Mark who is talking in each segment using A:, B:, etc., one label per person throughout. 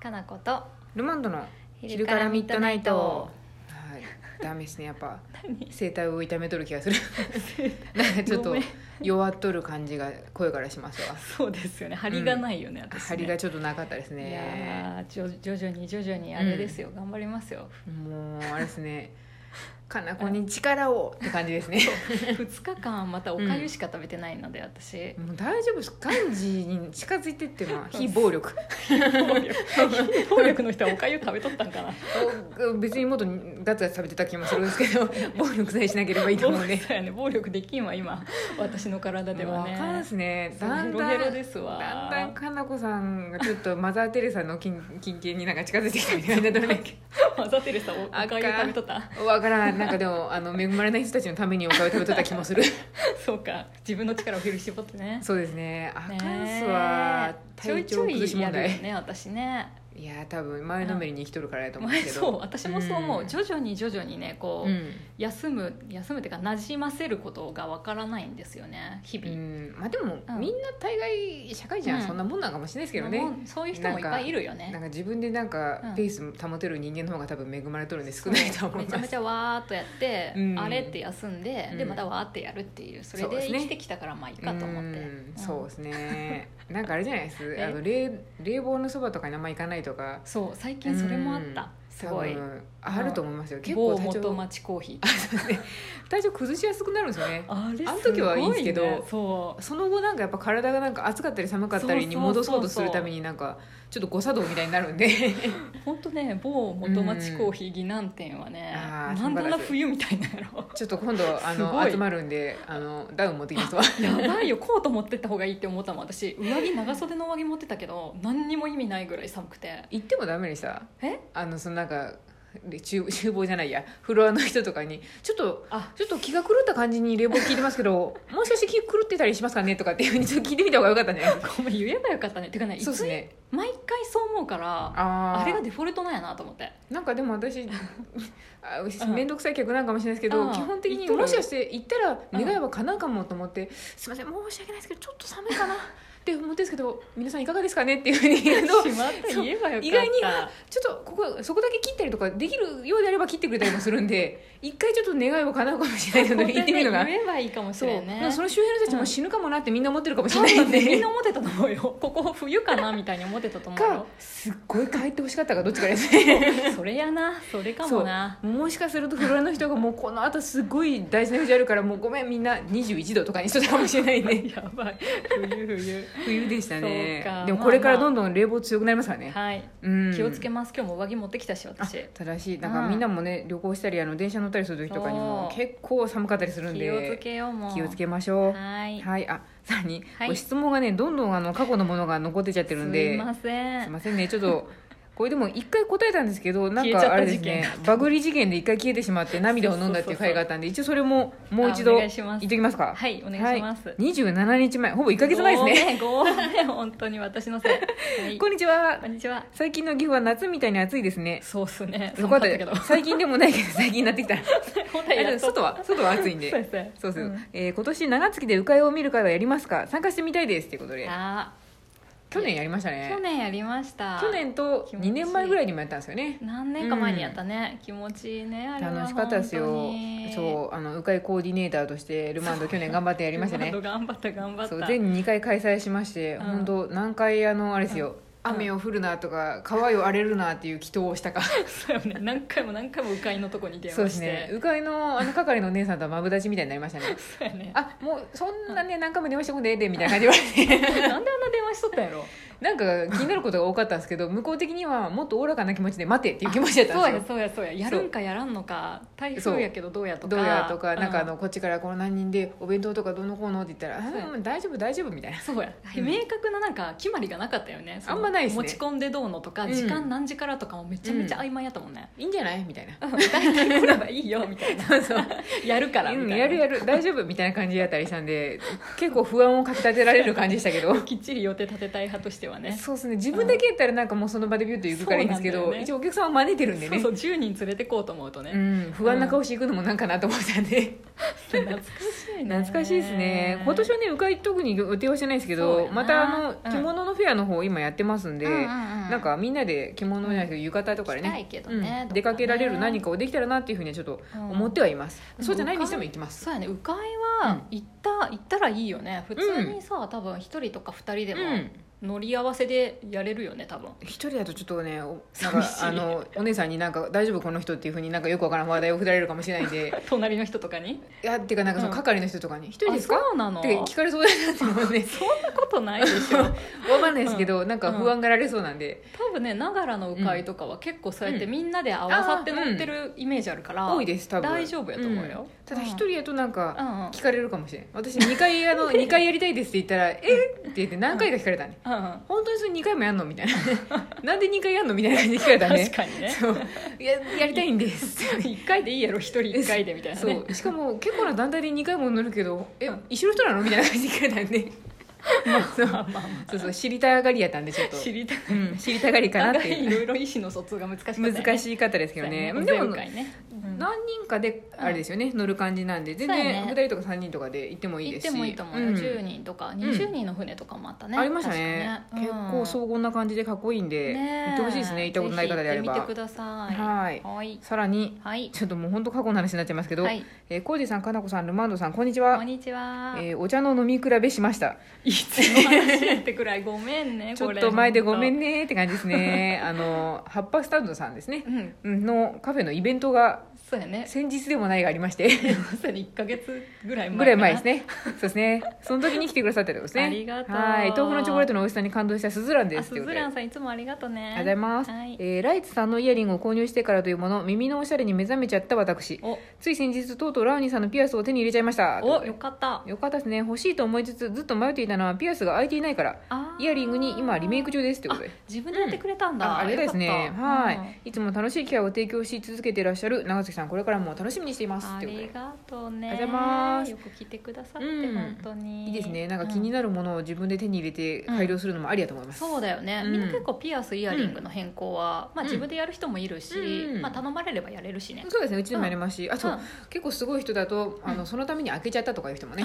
A: かなこと
B: ルマンドの昼からミッドナイト。はい、ダメですね、やっぱ
A: 何
B: 声帯を痛めとる気がする。なんかちょっ
A: ご
B: と
A: めん
B: 弱っとる感じが声からしますわ。
A: そうですよね張りがないよね、私ね
B: 張りがちょっとなかったです
A: い
B: ね。
A: やーじょ徐々に徐々にあれですよ、頑張りますよ
B: もうあれですね。かなこに力をって感じですね。
A: 2日間またおかゆしか食べてないので、私
B: もう大丈夫です。ガンジーに近づいてってまあ非暴力。
A: 暴力の人はおかゆ食べとったんかな
B: 別にもっとガツガツ食べてた気もするんですけど、暴力さえしなければいいと思うね。
A: そうやね暴力できんわ今私の体で
B: も
A: は
B: うあかんで
A: ね
B: すね。
A: そう
B: だん
A: ヘロヘ
B: だ
A: ロ
B: ん
A: ですわ
B: だんだんかなこさんがちょっとマザー・テレサの近近景になんか近づいてきたみたいなどれだけ
A: マザーテレサおおかゆ食べとった
B: わからんなんかでもあの恵まれない人たちのためにおかを食べとった気もする
A: そうか自分の力を振り絞ってね
B: そうですねあか
A: ね
B: んっすわ
A: ちょ
B: 体
A: いち
B: 調
A: ょい
B: 崩し
A: や
B: 問
A: るよ
B: 題
A: ね私ね
B: いや多分前のめりに生きとるからやと思うんで
A: 前
B: すけど
A: そう私もそう思う、
B: ん
A: 徐々に徐々にねこう、
B: うん
A: 休む休むっていうか馴染ませることがわからないんですよね日
B: う
A: 々、
B: んまあでも、
A: うん
B: みんな大概社会人は
A: うん
B: そんなもんなんかもしれないですけどね、
A: もうそういう人もいっぱいいるよ
B: なん
A: ね
B: か自分でなんか
A: うん
B: ペース保てる人間の方が多分恵まれとるんで少ないと思
A: め
B: い
A: ちゃ
B: ま
A: め
B: す
A: ちゃわーっとやって、
B: うん
A: あれって休んで、
B: うん
A: でまたわーってやるっていうそれ
B: そうで
A: です
B: ね
A: 生きてきたからまあいいかと思って、
B: うん
A: ん
B: そうですね なんかあれじゃないです
A: え
B: あの冷冷房のそばとかにあんま行かないとか
A: そう最近それもあった、
B: うん
A: すごい
B: 多分あると思いますよ結構
A: 某元
B: 体調
A: 町コーヒー
B: 体調崩しやすくなるんですよね
A: あれ
B: あの時はいいんですけど
A: ごねそう
B: その後なんかやっぱ体がなんか暑かったり寒かったりに
A: そうそ
B: 戻
A: うそうそう
B: そうとするためになんかちょっと誤作動みたいになる んで
A: 本当ね某元町コーヒー疑難店はね、
B: うんあー
A: なんであん
B: そ
A: な
B: うです
A: 冬みたいなんやろ
B: ちょっと今度あ
A: すご
B: の
A: い
B: 集まるんであのダウン持ってきますわ
A: やばいよコート持ってった方がいいって思ったもん私上着長袖の上着持ってたけど何にも意味ないぐらい寒くて
B: 行ってもダメでした
A: え
B: あのそのなんかで厨厨房じゃないやフロアの人とかにちょっと
A: あ
B: ちょっと気が狂った感じに冷房効いて ますけどもしかして気狂ってたりしますかねとかっていうふうにちょっと聞いてみた方がよかったんじゃないですか
A: ごめん言えばよかったねてかねい
B: そうで
A: つ
B: す
A: も
B: ね
A: 毎回そう思うから
B: あ
A: あ
B: あ
A: れがデフォルトなんやなと思って
B: なんかでも私あ
A: うん
B: 面倒くさい客なんかもしれないですけど、
A: うん
B: 基本的
A: 言っ
B: に
A: とる
B: もしかして行ったら願いは叶うかもと思って、すいません申し訳ないですけどちょっと寒いかなって思ってるんですけど皆さんいかがですかねっていうふうに言うと
A: しまった言えばよかった
B: 意外にはちょっとここそこだけ切ったりとかできるようであれば切ってくれたりもするんで 一回ちょっと願いは叶うかもしれないので行ってみるのが
A: 言えばいいかもし
B: そう
A: れん
B: ま
A: ね
B: あその周辺の人たちも死ぬかもなってみんな思ってるかもし
A: そ
B: れ
A: う
B: ないん
A: だねみん
B: で
A: な。思ってたと思うよここ冬かなみたいに思ってたと思う
B: か
A: よ
B: すっごい帰ってほしかったかどっちかで すね
A: それやなそれかもな
B: そうもしかするとフロアの人がもうこの後すごい大事な用事あるからもうごめんみんな21度とかにしとったかもしれない ね
A: やばい冬冬
B: 冬でしたね
A: そうか
B: でもこれからどんどん冷房強くなりますからね、
A: はい
B: うん
A: 気をつけます今日も上着持ってきたし私
B: 正しいだからみんなもね旅行したりあの電車乗ったりする時とかにも
A: そう
B: 結構寒かったりするんで
A: 気をつけようもう
B: 気をつけましょう
A: はい
B: はいあさらに、
A: はい
B: ご質問がねどんどんあの過去のものが残ってちゃってるん
A: すい
B: で
A: ませ
B: すい
A: ん
B: ませんねちょ っとこれでも一回答えたんですけどなん
A: 消えちゃっ
B: か
A: た
B: あれですね
A: 事
B: バグり事件で一回消えてしまって涙を飲んだっていう回があったんで一応それももう一
A: あ
B: 度
A: お
B: 言
A: 願い
B: っ
A: します
B: ときますか
A: はいお願いします、
B: 二十27日前ほぼ1か月前ですね
A: ご めんごめん本当に私のせい、はい、
B: こんにちは
A: こんにちは
B: 最近の岐阜は夏みたいに暑いですね
A: そうっすね寒
B: よか
A: かっ
B: っ
A: た
B: たで
A: けど
B: す最近でもないけど最近に なってきた
A: 本当に
B: あ
A: や
B: で
A: っ
B: も
A: と
B: 外は外は暑いん
A: そう
B: で
A: ですね
B: そうそう、
A: ん
B: えー今年長月で鵜飼いを見る会はやりますか参加してみたいですっていうことで
A: あ
B: 去年やりました
A: ー去
B: ね
A: 年やりました
B: 去年と2年前ぐらいにもやったんですよね
A: 何年か前にやったね、気持ちいいねあれは
B: 楽しかったですよ
A: 本当に
B: そうあの鵜飼いコーディネーターとしてルマンド去年頑張ってやりました
A: ル
B: ね
A: マンド頑張った頑張った
B: そう全2回開催しまして、
A: うん
B: 本当何回あのあれですよ、
A: うん
B: 雨を降るなとか川を荒れるなっていう祈祷をした か
A: そうよね何回も何回も鵜飼いのとこに電
B: そうで
A: 話
B: す
A: して
B: ね鵜飼いのあの係のお姉さんとはマブダチみたいになりましたね
A: そうやね
B: あもうそんなね何回も電話してこんでええでみたいな感じで言わ
A: な
B: れて
A: んであんな電話しとったんやろ
B: なんか気になることが多かったんですけど向こう的にはもっとおおらかな気持ちで待てっていう気持ちだったんですよ
A: そうやそうやそうややるんかやらんのか台風やけどどうやとか
B: どうやとか、なんかあ
A: う
B: のこっちからこの何人でお弁当とかどうのこうのって言ったら「
A: そうや
B: あうん大丈夫大丈夫」みたいな
A: そうや
B: うん
A: 明確ななんか決まりがなかったよねその
B: あんまないっすね
A: 持ち込んでどうのとか
B: うん
A: 時間何時からとかもめちゃめちゃ曖昧やったもんね
B: 「いいんじゃない?」みたいな
A: 大体来ればいいよみたいな やるからみたい
B: うん、
A: な
B: やるやる大丈夫みたいな感じだったりしたんで結構不安をかきたてられる感じでしたけど
A: きっちり予定立てたい派としてしてはね
B: そうですね自分だけやったらなんかもうその場でビュッと行くからいいんですけ
A: そう
B: ど、
A: なんだよね
B: 一応お客さんを招いてるんでね
A: そうそう10人連れてこうと思うとね、
B: うん、不安な顔していくのもなんかなと思ったんで、
A: 懐かしいね
B: 懐かしいですね今年はねうかい特に予定はしてないですけ
A: そう
B: ど
A: やな
B: またあの
A: うん
B: 着物のフェアの方今やってますんで、
A: うんうんうん
B: なんかみんなで着物じゃないけど浴衣とかで
A: 行きたい
B: ね
A: けどねどっかね
B: うん出かけられる何かをできたらなっていうふうにはちょっと思ってはいます、
A: うん
B: そうじゃないにしても行きます
A: そうやね鵜飼は行った、行ったらいいよね普通にさ、多分一人とか二人で
B: う
A: も
B: ん
A: 乗り合わせでやれるよね多分
B: 一人だとちょっとねおなん
A: 寂
B: か
A: しい
B: あのお姉さんになんか大丈夫この人っていうふうになんかよくわからん話題を振られるかもしれない んで
A: 隣の人とかに
B: いやっていうかなんかその係の人とかに「一人ですか?」
A: あそうなの
B: って聞かれそうだなって思う ね
A: そんなことないでしょ
B: わかんないですけど、なんか不安がられそうなんで、
A: 多分ねながらの鵜飼とかは結構そうやってみんなで合わさって乗ってるイメージあるから、
B: 多いです多分
A: 大丈夫やと思うよ、
B: ただ一
A: うん
B: 人やとなん
A: う
B: か
A: んうん
B: 聞かれるかもしれん私2回あ の二回やりたいですって言ったら「えっ?」って言って何回か聞かれたね
A: うんうん
B: 本当にそれ2回もやんのみたいななんで2回や んのみたいな感じで聞かれたね
A: 確かに ね
B: そうややりたいんです
A: 1回でいいやろ1人1回でみたいな
B: そ
A: ね
B: うしかも結構な団体で2回も乗るけど「え一緒の人なの?」みたいな感じで聞かれた んでそう
A: まあまあま
B: そうそう知りたがりやったんでちょっと
A: あ知りたい
B: うん、知りたがりかな
A: な
B: っ
A: んか
B: てい
A: いうろいろ意思の疎通が難しかったよね
B: 難しい方ですけどね
A: そう
B: で
A: や
B: も
A: 前回ね、うん
B: 何人かであれですよね、乗る感じなんで全
A: そうや
B: 然
A: ね
B: 2人とか3人とかで行ってもいい
A: 行
B: で
A: っ
B: す
A: て
B: し
A: もいいと思うよ、
B: ん
A: 10人とか20人の船とかもあったね、
B: ありましたね
A: 確か
B: 結構
A: う
B: 荘
A: ん
B: 厳な感じでかっこいいんで、
A: ね
B: 行ってほしいですね行ったことない方であれ
A: ぜひ行
B: ば
A: ってみてください
B: はい
A: はい
B: さらに
A: はい
B: ちょっともう本当過去の話になっちゃいますけど、
A: はい
B: えー、コージさんかなこさんルマンドさんこんにち
A: こ
B: は
A: んにちは、
B: えーお茶の飲み比べしました
A: いつの話ってくらいごめ んね
B: ち
A: こ
B: ょっ
A: れ
B: と前でごめん
A: ね、
B: ねって感じですね あの葉っぱスタンドさんですね
A: うん、
B: うんのカフェのイベントが
A: そうや ね
B: 先日でもないがありまして
A: まさに1か月ぐらい前かな
B: ぐらい前ですね。そうですね。その時に来てくださってたことですね。
A: ありがとう
B: はい。豆腐のチョコレートの美味しさに感動したすずらんで
A: あ
B: す。
A: す
B: というこ
A: ず
B: とで
A: らんさんいつもありがとうね
B: ありがとうございます、
A: はい
B: えーライツさんのイヤリングを購入してからというもの耳のおしゃれに目覚めちゃった私
A: お
B: つい先日とうとうラウニーさんのピアスを手に入れちゃいましたというこ
A: お
B: とで
A: よかった
B: よかったですね欲しいと思いつつずっと迷っていたのはピアスが開いていないから
A: あー
B: イヤリングに今リメイク中ですということで
A: あ自分でやってくれたんだ、
B: あありがたいですね
A: よかった
B: はい、
A: うん
B: いつも楽しい機会を提供し続けていらっしゃる長崎さんこれからも楽しみにしています
A: あ
B: ということ
A: り
B: で
A: がとうね
B: ありがとうございます
A: よく聞いてくださって、
B: うん
A: 本当に
B: いいですねなんか気に
A: な
B: なるものを自分で手に入れて改良するのもありだと思います、
A: そうだよね、
B: うん
A: みんな結構ピアスイヤリングの変更は、まあ、
B: うん
A: 自分でやる人もいるし、
B: うん
A: まあ、頼まれればやれるしね、
B: そうですねうちでもやりますし、あと、
A: うん
B: 結構すごい人だとあの、そのために開けちゃったとかい う人もね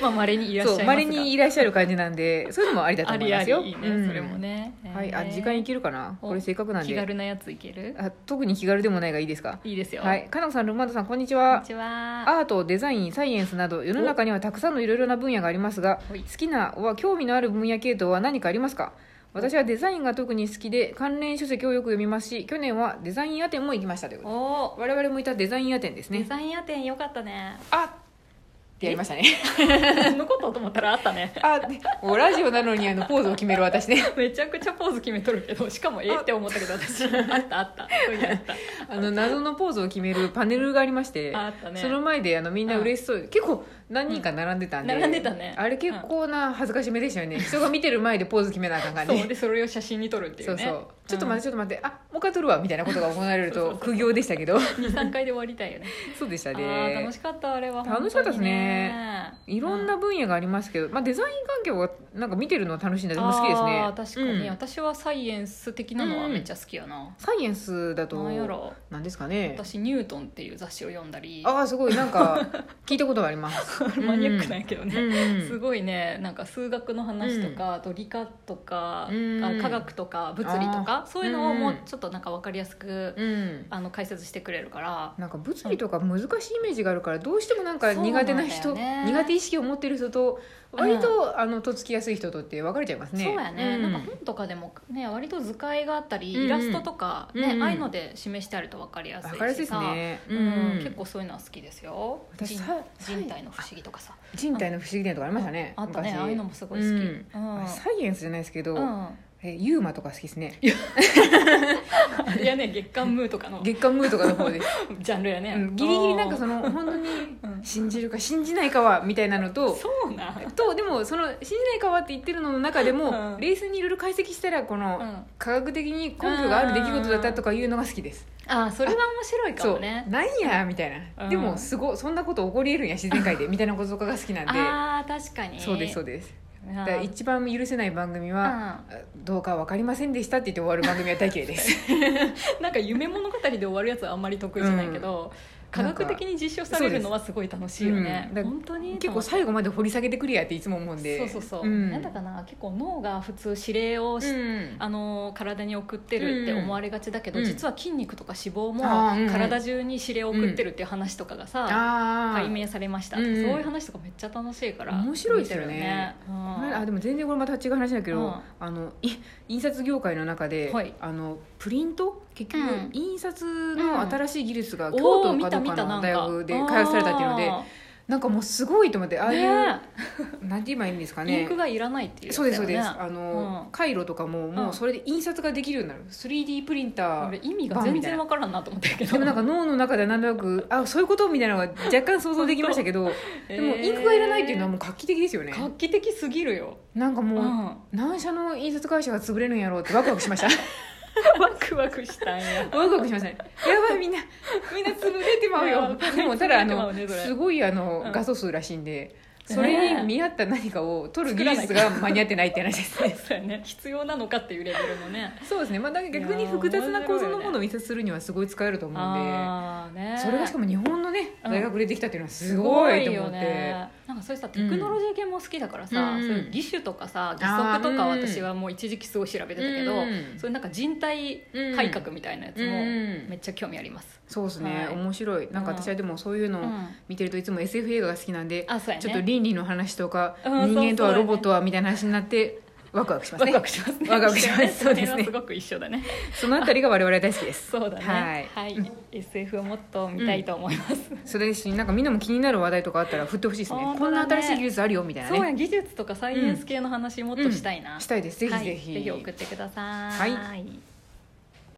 A: まあ、稀にいらっしゃいます
B: そう
A: が
B: まれにいらっしゃる感じなんでそういうのもありだと
A: あ
B: 思い
A: りあ
B: ますよ
A: りいいね、
B: うん
A: それもね、
B: はい、
A: え
B: あ
A: ー
B: 時間いけるかな
A: お
B: これせっかくなん
A: 気
B: で
A: 軽なやついける
B: あ特に気軽でもないがいいですか
A: いいですよ、
B: はいかなこさんルマンドさんこんにち
A: こんに
B: は
A: ちは
B: アートデザインサイエンスなど世の中にはたくさんのいろいろな分野がありますが
A: おは
B: 好
A: い
B: きなは興味のある分野系統は何かありますか私はデザインが特に好きで関連書籍をよく読みますし去年はデザイン屋展も行きましたということで
A: お
B: 我々もいたデザイン屋展です
A: ーデ
B: ね
A: ザイン屋店よかったね
B: あってやりましたね
A: のことと思ったらあった ね
B: あでもうラジオなのにあのポーズを決める私ね
A: めちゃくちゃポーズ決めとるけどしかもええって思ったけど私あったあったそういうのあった
B: あの謎のポーズを決めるパネルがありまして
A: あったね
B: その前であのみんな嬉しそう、結構何人か並んでたんで、
A: うん並んでたね
B: あれ結構な恥ずかしめでしたよね、人が見てる前でポーズ決めなあかん感じ、
A: そうでそれを写真に撮るってい
B: そうう
A: ね
B: そうちょっと待ってちょっと待って、あもう一回撮るわみたいなことが行われると苦行でしたけど
A: て23回で終わりたいよね
B: そうでし
A: あ
B: た
A: ー
B: ね
A: 楽しかったあれは
B: 楽しかったですね
A: 本当にね
B: いろん
A: う
B: な分野がありますけど、まあ、デザイン関係はなんか見てるのは楽しいんだでも好きですね
A: あー確かに、
B: うん
A: 私はサイエンス的なのはめっちゃ好きやな、
B: サイエンスだと
A: なんやろ
B: なんですかね
A: 私ニュートンっていう雑誌を読んだり
B: ああすごいなんか聞いたことがあります
A: マニアックなんやけどね、
B: うんうん
A: すごいねなんか数学の話とか、あと理科とか、
B: うん
A: あ科学とか物理とかそういうのをもううん
B: うん
A: ちょっとなんか分かりやすく、
B: うん
A: あの解説してくれるから
B: なんか物理とか難しいイメージがあるからどうしてもなんか苦手な人
A: そうなんだよね
B: 苦手意識を持ってる人と割と、あのとっつきやすい人とって分かれちゃいますね
A: そうやね、
B: ん
A: なんか本とかでもね割と図解があったり、
B: うんうん
A: イラストとか、ね
B: うんうん
A: ああいうので示してあると分かりやすいし
B: 分かりやすいですね、
A: う
B: うんん
A: 結構そういうのは好きですよ
B: 私
A: 人
B: さ
A: 人体の不思議とかさ
B: 人体の不思議なとかありましたね
A: あったね
B: 昔
A: ああいうのもすごい好き、
B: う
A: うんん
B: あれサイエンスじゃないですけど、
A: うん
B: えユーマとか好きですね
A: あれやね月刊ムーとかの
B: 月刊ムーとかの 方です、
A: ジャンルやね、
B: うんギリギリなんか
A: そ
B: その本当に
A: うん
B: 信じるか信じないかはみたいなのと
A: そうなん
B: とでもその信じないかはって言ってるのの中でも、
A: うん
B: レースにいろいろ解析したらこの、
A: うん
B: 科学的に根拠がある出来事だったとかいうのが好きです、
A: あそれは面白いか
B: そ
A: も
B: う
A: ね
B: なんやみたいな、
A: うん
B: でもすごいそんなこと起こりえるんや自然界でみたいなこととかが好きなんで
A: あー確かに
B: そうですそうですだから一番許せない番組は、どうか分かりませんでしたって言って終わる番組は大嫌いです
A: うんなんか夢物語で終わるやつはあんまり得意じゃないけど、科学的に実証されるのはすごい楽しいよね、
B: うんだから
A: 本当に
B: 結構最後まで掘り下げてくるやっていつも思うんで
A: そうそうそう、
B: ん、
A: なんだかな結構脳が普通指令をし、
B: うん
A: あの体に送ってるって思われがちだけど、
B: うん
A: 実は筋肉とか脂肪も
B: あーうん
A: 体中に指令を送ってるっていう話とかがさ、
B: あー
A: 解明されました、
B: うんうん
A: そういう話とかめっちゃ楽しいから
B: 面白いですよね
A: 見てるうん
B: あでも全然これまた違う話だけど、
A: うん
B: あのい印刷業界の中で、
A: はい
B: あのプリント結
A: う
B: 局、
A: ん
B: 印刷の新しい技術が京
A: おー
B: 都
A: 見
B: か
A: た
B: どう
A: 見
B: か
A: たな
B: の
A: んか
B: 大学で開発されたっていうので
A: あ
B: なんかもうすごいと思ってあ
A: ー
B: あいう、
A: ね
B: なんて言えばいいんですか
A: イ
B: ね
A: ンクがいらないっていうやつ
B: そう
A: だ
B: です
A: よ
B: そう
A: ね、
B: です、あの、
A: うん
B: 回路とかももうそれで印刷ができるようになる 3D プリンタ
A: 俺
B: ー
A: 意味が全然わからんなと思ったけど
B: でもなんか脳の中ではなんとなくあそういうことみたいなのは若干想像できましたけどでもインクがいらないっていうのはもう画期的ですよね
A: 画期的すぎるよ、
B: なんか
A: う
B: もう、
A: ん、ワ
B: 何社の印刷会社が潰れるんやろうってワクワクし ました
A: ク ワクしたんや
B: ワクワクしましたねやばいみんなみんな潰れてま
A: い
B: う
A: や
B: よでもただあの、
A: 潰れてまうねそれ
B: すごいあの、
A: うん
B: 画素数らしいんでそれに見合った何かを取る技術が間に合ってないって話 ですね
A: そうやね必要なのかっていうレベルのね
B: そうですね、まあ、だから逆に複雑な構造のものを印刷するにはすごい使えると思うん
A: ああね
B: でそれがしかも日本のね
A: うん
B: 大学でできたっていうのはすごいと思って、
A: なんかそういうさテクノロジー系も好きだからさ、
B: うん
A: そういう義手とかさ義足とか
B: あーうん
A: 私はもう一時期すごい調べてたけど、
B: うん
A: そういうなんか人体改革みたいなやつも
B: うん
A: めっちゃ興味あります、
B: そうですね、
A: はい
B: 面白いなんか私はでもそういうのを
A: うん
B: 見てるといつも SF 映画が好きなんで、
A: あそうやね
B: ちょっと倫理の話とか、
A: うん
B: 人間とは
A: そうそうだね
B: ロボットはみたいな話になってワクワクします
A: ワ
B: ね
A: クワクしますね
B: ワクワクしますそうですね
A: れはすごく一緒だね
B: そのあたりが我々は大好きです
A: そうだね
B: はい、
A: SF をもっと見たいと思います、
B: それですしなんかみんなも気になる話題とかあったら振ってほしいですね
A: 本当
B: こ
A: だ
B: ん
A: ね
B: な新しい技術あるよみたいな
A: そうや
B: ね
A: 技術とかサイエンス系の話もっとしたいな、
B: したいですぜひぜひ、
A: はい、ぜひ送ってください、
B: はい